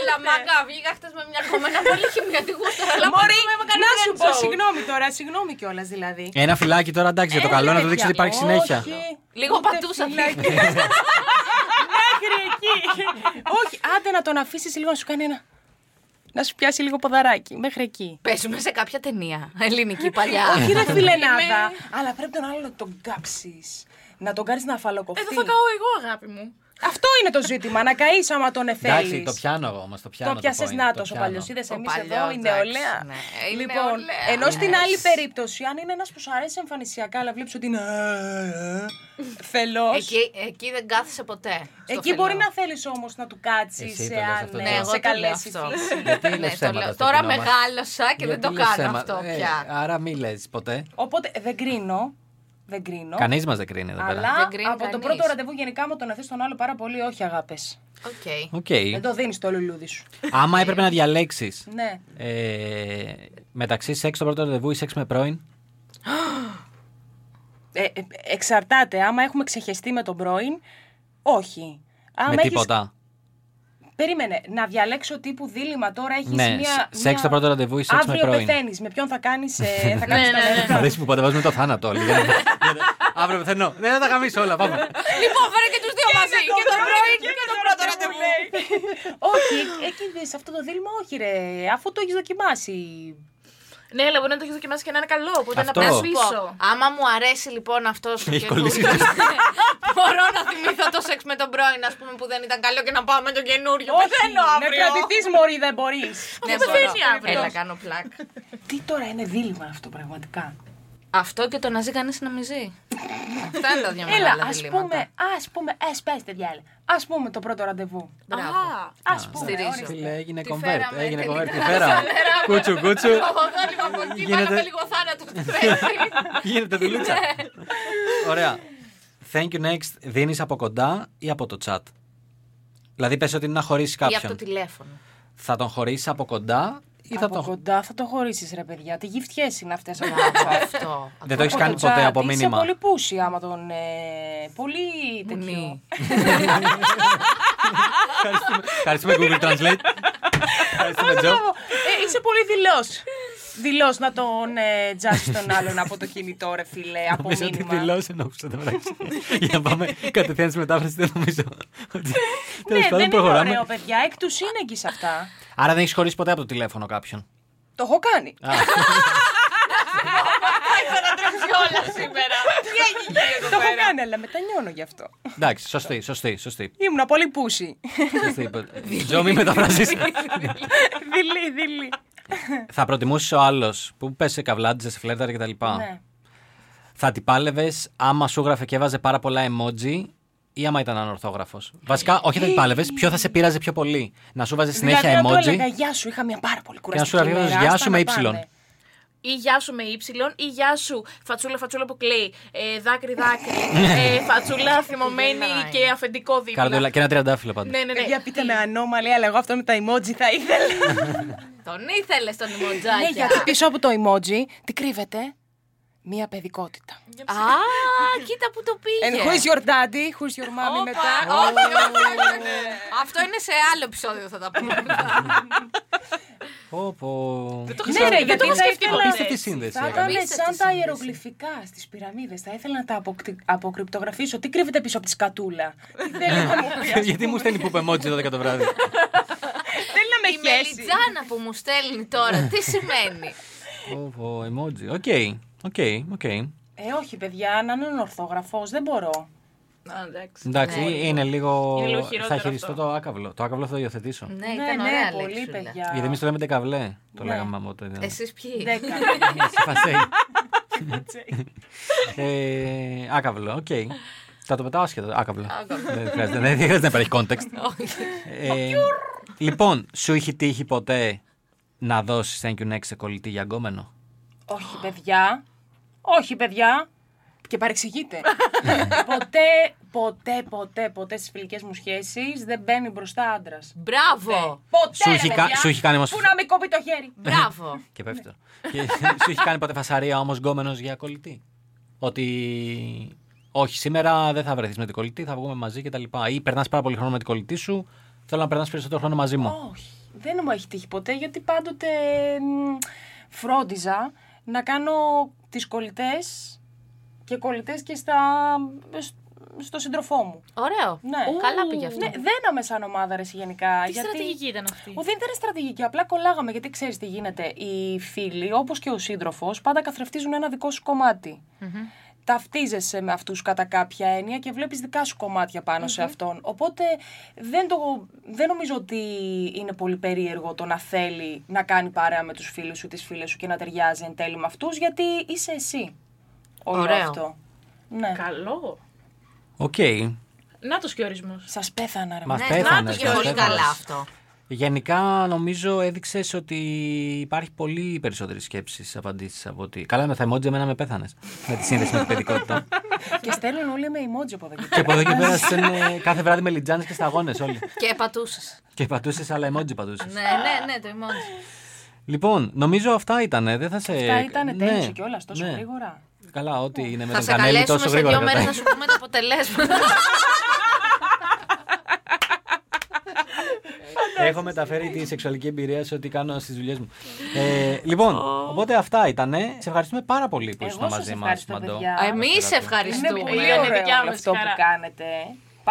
Έλα, Έλα, μαγκά, βγήκα χτες με μια κομμένα πολύ χημιατικού στο
Μωρή,
κανένα
να σου
joke.
πω, συγγνώμη τώρα, συγγνώμη κιόλας δηλαδή.
Ένα φυλάκι τώρα εντάξει για το καλό να το δείξει ότι υπάρχει συνέχεια.
Ε, Όχι,
Λίγο
ούτε
πατούσα,
φυλάκι.
φύγε.
Μέχρι εκεί. Όχι, άντε να τον αφήσεις λίγο να σου κάνει ένα. Να σου πιάσει λίγο ποδαράκι. Μέχρι εκεί.
Παίζουμε σε κάποια ταινία. Ελληνική παλιά.
Όχι, ρε φιλενάδα. Αλλά πρέπει τον άλλο να τον κάψεις. Να τον κάνεις να αφαλοκοφτεί.
Εδώ θα καώ εγώ, αγάπη μου.
Αυτό είναι το ζήτημα. Να καείς άμα τον
Εντάξει,
εθέλει.
το πιάνω εγώ όμως. Το πιάνω.
Το πιάσες
point,
να
το
το ο
πιάνω.
παλιός. Είδες
Ο
εμείς εδώ,
παλιός,
η
εντάξει,
νεολαία.
ναι. Η
Λοιπόν,
νεολαία,
ενώ στην
ναι.
άλλη περίπτωση, αν είναι ένας που σου αρέσει εμφανισιακά, αλλά βλέπεις ότι είναι. Θελός.
Εκεί, εκεί δεν κάθισε ποτέ. στο
Εκεί μπορεί
φελό.
να θέλεις όμως να του κάτσεις,
Εσύ το λες αυτό, ναι.
εάν
Ναι,
ε,
εγώ
σε
το λέω
καλέσει
αυτό.
φύση.
Γιατί
Ναι,
λες
το
ψέματα
λέω.
στο
Τώρα
κοινό μας.
μεγάλωσα και δεν το
Γιατί λες
κάνω
ψέματα.
αυτό
Ε,
πια.
Άρα μη λες ποτέ.
Οπότε δεν κρίνω. Δεν κρίνω.
Κανείς μας δεν κρίνει εδώ πέρα.
Αλλά
Δεν κρίνει
από το
κανείς.
πρώτο ραντεβού, γενικά, μου τον εθέσει τον άλλο πάρα πολύ, όχι αγάπες.
Οκ.
Οκ.
Δεν το δίνεις το λουλούδι σου.
Άμα έπρεπε να διαλέξεις
Ναι.
ε, μεταξύ σεξ στο πρώτο ραντεβού ή σεξ με πρώην.
Ε, ε, εξαρτάται. Άμα έχουμε ξεχεστεί με τον πρώην, όχι. Άμα
με
έχεις-
τίποτα.
Περίμενε, να διαλέξω τύπου δίλημα τώρα. Έχει
Ναι,
μια.
σεξ στο πρώτο ραντεβού ή σεξ με
Αύριο
πρώην.
πεθαίνεις. Με ποιον θα κάνεις. Ε, θα κάνεις
Ναι,
τα
ναι, ναι.
δεύτερα.
Θα δεις που πάντα βάζουμε το θάνατο όλοι. Για να- για να- Αύριο πεθαίνω. Δεν θα τα γαμίσω όλα. Πάμε.
Λοιπόν, φέρε και τους δύο μαζί. Και το πρώην και το πρώτο ραντεβού.
όχι, εκεί σε αυτό το δίλημα, όχι ρε. Αφού το έχεις δοκιμάσει.
Ναι, αλλά μπορεί να το έχεις δοκιμάσει και να είναι καλό. Οπότε να
Αυτό.
πας
Να σου
Πω,
πίσω.
Άμα μου αρέσει λοιπόν αυτός που
Έχει κολλήσει.
Μπορώ να θυμηθώ το σεξ με τον πρώην, ας πούμε, που δεν ήταν καλό και να πάω με τον καινούριο. Ναι, Πεθαίνω
να
αύριο.
κρατηθείς Μωρή, δεν μπορείς.
Ναι,
Αυτό
μπορώ.
πεθαίνει αύριο.
Έλα, κάνω πλάκ.
Τι τώρα είναι δίλημα αυτό πραγματικά.
Αυτό και το να ζει κανείς να μην ζει. Αυτά είναι τα δύο
Έλα,
μεγάλα
ας
διλήμματα.
πούμε, ας πούμε, ε, πες παιδιά, ας πούμε το πρώτο ραντεβού.
Μπράβο.
Α,
Ας πούμε.
στηρίζω.
ορίστε.
Τι λέει, έγινε
Τη
κομβέρτ.
φέραμε
Έγινε
τελικά
κομβέρτ. Τη φέρα. Κούτσου, κούτσου.
Παγωγόνιμα από εκεί,
Γίνεται-
βάλαμε λίγο θάνατο στη θέση.
Γίνεται
Ναι.
δουλίτσα. Ωραία. Thank you next. Δίνεις από κοντά ή από το chat. Δηλαδή πες ότι είναι να χωρίσεις
Ή από το
κάποιον.
τηλέφωνο.
Θα τον χωρίσεις από κοντά ή θα
από
τον.
κοντά θα το χωρίσεις, ρε παιδιά. Τι γυφτιές είναι αυτές από
Μπράβο,
WhatsApp.
αυτό.
Δεν το έχεις
Από
κάνει
chat.
ποτέ από
Είσαι
μήνυμα.
πολύ πούσι άμα τον. ε, πολύ τέτοιο.
Μουνί.
Ευχαριστούμε Google Translate. Ευχαριστούμε Τζο.
Μπράβο. Ε, είσαι πολύ δηλός. Δηλός να τον ε, τζάσεις τον άλλον από το κινητό, ρε φίλε, από
Νομίζω ότι
μήνυμα.
δηλώσει εννοούσε το μεταξύ. Για να πάμε κατευθείαν στη μετάφραση, δεν νομίζω. ότι- Τέλος
Ναι,
πάντων,
δεν είναι
προχωράμε.
ωραίο, παιδιά. Εκ του σύνεγγυ αυτά.
Άρα δεν έχεις χωρίσει ποτέ από το τηλέφωνο κάποιον.
Το έχω κάνει.
Όλα σήμερα. Τι έγινε
Το
εδώ
έχω κάνει, αλλά μετανιώνω γι' αυτό.
Εντάξει, σωστή, σωστή, σωστή.
Ήμουνα πολύ πούσι.
σωστή. Τζο, μη μεταφράζεις.
Δειλή, δειλή.
Θα προτιμούσε ο άλλος που πες σε καβλάντζες, σε φλέρταρε κτλ.
Ναι.
Θα την πάλευες άμα σου γράφε και έβαζε πάρα πολλά emoji ή άμα ήταν ανορθόγραφος. Βασικά, όχι θα την πάλευε, ποιο θα σε πείραζε πιο πολύ. Να σου βάζεις
Δηλαδή,
συνέχεια
να του έλεγα,
emoji.
Γεια σου, είχα μια πάρα πολύ
να σου
κουραστική μέρα.
γράφει, «Γεια σου» με
άστα να
Y.
πάνε».
ή γεια σου με ύψιλον, ή γεια σου φατσούλα φατσούλα που κλαίει, ε, δάκρυ δάκρυ, ε, φατσούλα θυμωμένη
γελάει.
και αφεντικό δίπλα.
Καρδούλα και ένα τριαντάφυλλο πάντα.
Ναι, ναι, ναι.
Παιδιά, πείτε με Ε, ανώμαλη, αλλά εγώ αυτό με τα emoji θα ήθελα.
Τον ήθελες τον
Ναι,
ημοντζάκια.
γιατί πίσω από το emoji τι κρύβεται. Μία παιδικότητα.
Α, κοίτα που το
And
πήγες.
who is your daddy, who is your mommy
Όπα,
μετά.
όχι,
ναι,
όχι, όχι, όχι. Αυτό είναι σε άλλο επεισόδιο θα τα πούμε.
Πω, πω.
Δεν το
Ναι, ρε,
χρησιμοποιώ.
γιατί
το
θα
σκέφτηκα.
ήθελα.
Απίστευτη σύνδεση.
Θα
ε.
ήταν
Απίστευτη
σαν τα
σύνδεση.
αερογλυφικά στις πυραμίδες. Θα ήθελα να τα αποκτη- αποκρυπτογραφήσω. Τι κρύβεται πίσω από τη σκατούλα. Τι θέλει να μου πεις.
Γιατί μου στέλνει που emoji 12 το βράδυ.
Θέλει να
Η μελιτζάνα που μου στέλνει τώρα, τι σημαίνει.
Πω, πω, emoji. Οκ, οκ, οκ.
Ε, όχι, παιδιά, να είναι ορθόγραφος. Δεν μπορώ.
Α, εντάξει.
Εντάξει,
Ναι.
είναι λίγο.
Είναι λίγο χειρότερο
θα χειριστώ
αυτό.
το άκαβλο. Το άκαβλο θα το υιοθετήσω.
Ναι,
Ναι,
ήταν
ναι,
ωραία
πολύ,
λέξη.
παιδιά.
Γιατί εμείς το λέμε τεκαβλέ. Το λέγαμε από το.
Εσείς ποιοι.
Ναι.
Δέκα.
Φασέι. Ε, Άκαβλο, οκ. Θα το πετάω άσχετο. Άκαβλο. Δεν χρειάζεται δεν χρειάζεται να υπάρχει context. Ε, Λοιπόν, σου είχε τύχει ποτέ να δώσεις thank you next σε κολλητή για γκόμενο.
Ναι, όχι, παιδιά. Όχι, παιδιά. Και παρεξηγείτε. ποτέ, ποτέ, ποτέ, ποτέ στις φιλικές μου σχέσεις δεν μπαίνει μπροστά άντρας.
Ναι.
Μπράβο.
Ποτέ,
Σου
ρε,
είχε κα-
παιδιά,
σου είχε κάνει όμως-
Πού να με κόβει το χέρι.
Μπράβο.
Και πέφτει τώρα. Και σου είχε κάνει ποτέ φασαρία όμως γκόμενος για κολλητή. Ότι όχι, σήμερα δεν θα βρεθείς με την κολλητή, θα βγούμε μαζί κτλ. Ή περνάς πάρα πολύ χρόνο με την κολλητή σου, θέλω να περνάς περισσότερο χρόνο μαζί μου.
Όχι. δεν μου έχει τύχει ποτέ γιατί πάντοτε μ, φρόντιζα να κάνω τις κολλητές και κολλητές και στα, σ- στο σύντροφό μου.
Ωραίο.
Ναι.
Ου, Καλά πήγε αυτό.
Ναι, δεν είμαι σαν ομάδα ρε, εσύ, γενικά.
Τι
γιατί...
στρατηγική ήταν αυτή.
Ο, δεν ήταν στρατηγική, απλά κολλάγαμε γιατί ξέρεις τι γίνεται. Οι φίλοι, όπως και ο σύντροφος, πάντα καθρεφτίζουν ένα δικό σου κομματι Ταυτίζεσαι με αυτούς κατά κάποια έννοια και βλέπεις δικά σου κομμάτια πάνω σε αυτόν. Οπότε δεν, το, δεν νομίζω ότι είναι πολύ περίεργο το να θέλει να κάνει παρέα με τους φίλους σου, τις φίλες σου και να ταιριάζει εν τέλει με αυτούς, γιατί είσαι εσύ. Όλο
Ωραίο.
αυτό. Ναι.
Καλό.
Οκ.
Να το και ορισμό.
Σας πέθανα, ρε.
Μας
μαλάκα.
Ναι,
πέθανε,
να το και
μας
πολύ
πέθανε.
καλά αυτό.
Γενικά, νομίζω έδειξες ότι υπάρχει πολύ περισσότερη σκέψη στις απαντήσεις από ότι. Καλά, με τα emoji εμένα με πέθανες. Με τη σύνδεση με την παιδικότητα.
και στέλνουν όλοι με emoji από εδώ και
και
πέρα.
από εδώ και πέρα στέλνε κάθε βράδυ με λιτζάνες και σταγόνες όλοι.
Και πατούσες.
Και πατούσες, αλλά emoji πατούσες.
ναι, ναι, ναι, το emoji.
Λοιπόν, νομίζω αυτά ήταν. Δεν θα σε.
Αυτά ήταν
Ναι,
τέλειωσε κιόλα τόσο
ναι.
γρήγορα.
Καλά, ό,τι είναι με
Θα
τον
σε
Κανέλη
καλέσουμε
τόσο
σε
γρήγορα.
δύο μέρε
κρατάει.
να σου πούμε τα αποτελέσματα.
Έχω μεταφέρει τη σεξουαλική εμπειρία σε ό,τι κάνω στις δουλειές μου. Ε, λοιπόν, οπότε αυτά ήταν. Σε ευχαριστούμε πάρα πολύ που
Εγώ
ήσουν
σας
μαζί μας,
ευχαριστώ, παιδιά.
Εμεί
Είναι
ευχαριστούμε.
πολύ
Είναι
ωραίο
δικιά
όλο
μας
αυτό
χαρά.
που κάνετε.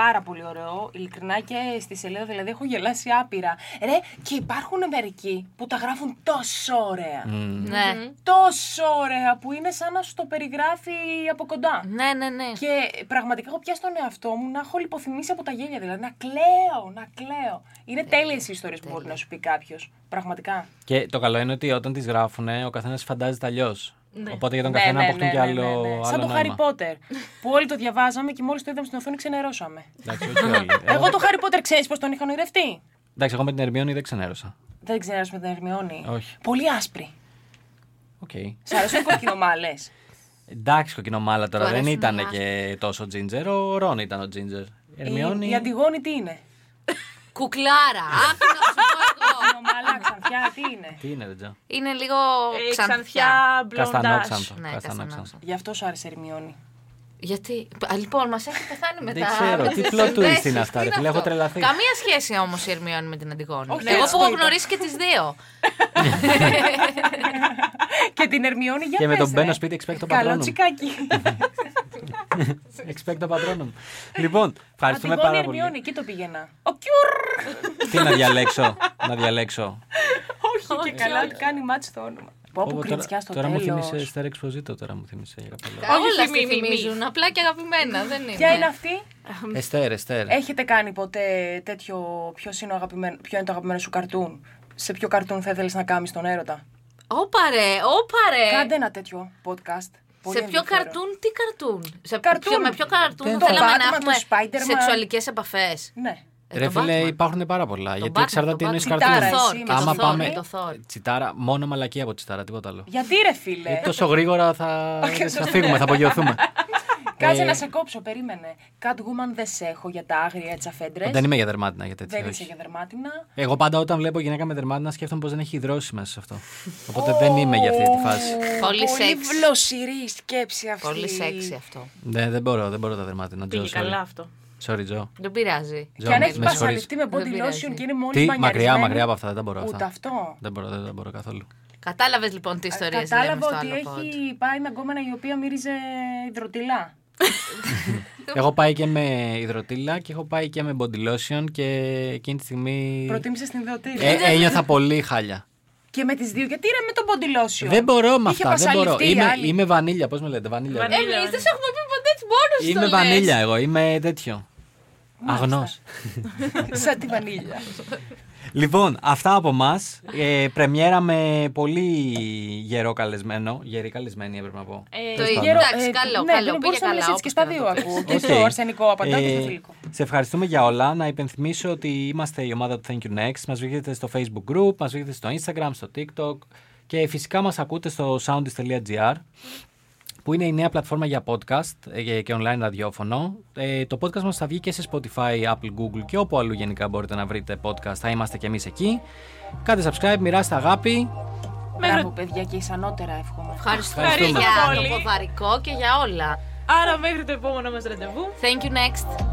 Πάρα πολύ ωραίο. Ειλικρινά και στη σελίδα δηλαδή έχω γελάσει άπειρα. Ρε, και υπάρχουν μερικοί που τα γράφουν τόσο ωραία.
Ναι.
Τόσο ωραία που είναι σαν να σου το περιγράφει από κοντά.
Ναι, ναι, ναι.
Και πραγματικά έχω πιάσει τον εαυτό μου να έχω λιποθυμίσει από τα γέλια. Δηλαδή να κλαίω, να κλαίω. Είναι τέλειες οι ιστορίες που μπορεί να σου πει κάποιος. Πραγματικά.
Και το καλό είναι ότι όταν τις γράφουν, ο καθένας φαντάζεται αλλιώς. Οπότε για τον
Ναι,
καθένα
ναι,
αποκτούν
ναι,
και
ναι,
άλλο,
ναι, ναι.
άλλο
Σαν το
νόημα.
Χάρι Πότερ. που όλοι το διαβάζαμε και μόλις το είδαμε στην οθόνη ξενερώσαμε.
Εντάξει, όχι όλοι.
Εγώ το Χάρι Πότερ ξέρεις πώς τον είχα ονειρευτεί.
Εντάξει, εγώ με την Ερμιόνη δεν ξενέρωσα.
Δεν ξέρεις με την Ερμιόνη.
Όχι.
Πολύ άσπρη.
Οκ.
Σ' αρέσουν οι κοκκινομάλες.
Εντάξει, κοκκινομάλα τώρα.
Του
Δεν
αρέσουν
ήταν
οι
και τόσο τζίντζερ. Ο Ρόν ήταν ο τζίντζερ. Ερμιόνη.
Η, η Αντιγόνη τι είναι.
Κουκλάρα. Άκου να σου πω εγώ.
Κοκκινομάλα, ξανθιά, τι είναι.
Τι είναι, Ρετζά.
Είναι λίγο
Ε,
ξανθιά.
ξανθιά, μπλοντάς.
Καστανόξανθο.
Ναι,
Καστανόξανθο.
Γι' αυτό σου άρεσε η Ερμιόνη.
Γιατί. Α, Λοιπόν, μας έχει πεθάνει μετά.
Δεν ξέρω, τι plot twist είναι αυτά, ρε φίλε, έχω τρελαθεί.
Καμία σχέση όμως η Ερμιόνη με την Αντιγόνη.
Όχι,
Εγώ
αυτό
που έχω
είπα.
γνωρίσει και τις δύο.
και την Ερμιόνη για
Και με
πες,
τον
ρε.
μπαίνω σπίτι, expect το
Καλό
patronum.
τσικάκι.
Expect το πατρόνο μου. Λοιπόν, ευχαριστούμε
Αντιγόνη
πάρα πολύ.
Ερμιόνη, εκεί το πήγαινα. Ο Κιούρ.
Τι να διαλέξω, να διαλέξω.
Όχι, και καλά ότι κάνει μάτς το όνομα. Πω
Ω,
που
τώρα-
κριτσιά στο
Τώρα μου
τέλος.
θύμισε Star Exposito, τώρα μου θύμισε για καπέλα.
Όχι,
Όλα
θυμί,
στη
μη, μη.
θυμίζουν, απλά και αγαπημένα. Δεν είναι.
Ποια είναι αυτή.
Εστέρ, Εστέρ.
Έχετε κάνει ποτέ τέτοιο. Ποιο είναι, ο αγαπημένο, ποιο είναι το αγαπημένο σου καρτούν. Σε ποιο καρτούν θα ήθελες να κάνει τον έρωτα.
Όπαρε, όπαρε.
Κάντε ένα τέτοιο podcast. Πολύ
Ε, σε ποιο
ενδιαφέρον.
καρτούν, τι καρτούν. Σε
Καρτούν.
ποιο, με ποιο καρτούν
Το
θέλαμε να
Batman, το
έχουμε Ε,
Spider-Man.
σεξουαλικές επαφές.
Ναι.
Ρε φίλε, υπάρχουν πάρα πολλά. Γιατί
Batman,
εξαρτάται
τον
τι εννοεί
Batman.
καρτούν.
Τσιτάρα, εσύ, με το
Άμα
Thor,
πάμε.
με
το Thor.
Τσιτάρα, μόνο μαλακή από τσιτάρα, τίποτα άλλο.
Γιατί ρε φίλε.
Γιατί τόσο γρήγορα θα, θα φύγουμε, θα απογειωθούμε. ε.
Κάτσε να σε κόψω, περίμενε. Catwoman δεν σε έχω για τα άγρια τσαφέντρε.
Δεν είμαι για δερμάτινα για τέτοια.
Δεν είσαι για δερμάτινα.
Εγώ πάντα όταν βλέπω γυναίκα με δερμάτινα σκέφτομαι πως δεν έχει υδρώσει μέσα σε αυτό. Οπότε δεν είμαι για αυτή τη φάση.
Πολύ
Πολύ
σεξ.
βλοσιρή η σκέψη αυτή.
Πολύ σεξι αυτό.
Ναι, δεν μπορώ, δεν μπορώ τα δερμάτινα. Τζο,
Πήγε καλά
sorry.
αυτό.
Sorry, Τζο.
Δεν πειράζει.
Τζο,
Και αν
με
έχεις
συγχωρείς.
πασαλιστεί με
Δεν
body
πειράζει.
lotion και είναι μόλις
Τι,
μανιαρισμένη.
μακριά, μακριά από αυτά, δεν τα μπορώ
Ούτε
αυτά.
αυτό.
Δεν μπορώ, δεν τα μπορώ καθόλου.
Κατάλαβες λοιπόν τι ιστορίε λέμε
Κατάλαβα
στο
ότι
άλλο pod.
έχει πάει με γκόμενα η οποία μύριζε υδροτηλά.
έχω πάει και με υδροτήλα και έχω πάει και με body lotion και εκείνη τη στιγμή.
Προτίμησες την υδροτήλα.
Ε, ένιωθα πολύ χάλια.
Και με τις δύο, γιατί ρε με τον ποντιλόσιο.
δεν μπορώ με αυτά. Δεν μπορώ. Είμαι,
Άλλη.
είμαι βανίλια, πώς με λέτε, βανίλια. εγώ.
Βανίλια.
Εμείς δεν σε έχουμε πει ποτέ τις μόνο
Είμαι βανίλια εγώ, είμαι τέτοιο. Αγνός.
Σαν τη βανίλια.
Λοιπόν, αυτά από εμά. Πρεμιέρα με πολύ γερό καλεσμένο. Γερή καλεσμένη έπρεπε να πω.
Ε,
Το
Τέλος
ίδιο.
πάντων.
Εντάξει, καλό,
ναι,
καλό.
δεν
Πήγε
μπορούσα να
καλά.
μιλήσω έτσι και
όπως
στα
και να
δύο
το
ακούω. Και
Οκ.
στο αρσενικό απαντάω και
Ε,
στο θηλυκό.
Σε ευχαριστούμε για όλα. Να υπενθυμίσω ότι είμαστε η ομάδα του Thank You Next. Μας βρίσκεται στο Facebook group, μας βρίσκεται στο Instagram, στο TikTok και φυσικά μας ακούτε στο soundist.gr που είναι η νέα πλατφόρμα για podcast ε, και- και online ραδιόφωνο. Ε, το podcast μας θα βγει και σε Spotify, Apple, Google και όπου αλλού γενικά μπορείτε να βρείτε podcast. Θα είμαστε και εμείς εκεί. Κάντε subscribe, μοιράστε αγάπη.
Μπράβο, παιδιά, και ισανότερα εύχομαι.
Ευχαριστούμε
Ευχαριστούμε
για το
πολύ.
ποδαρικό και για όλα.
Άρα μέχρι το επόμενο μας ραντεβού.
Thank you next.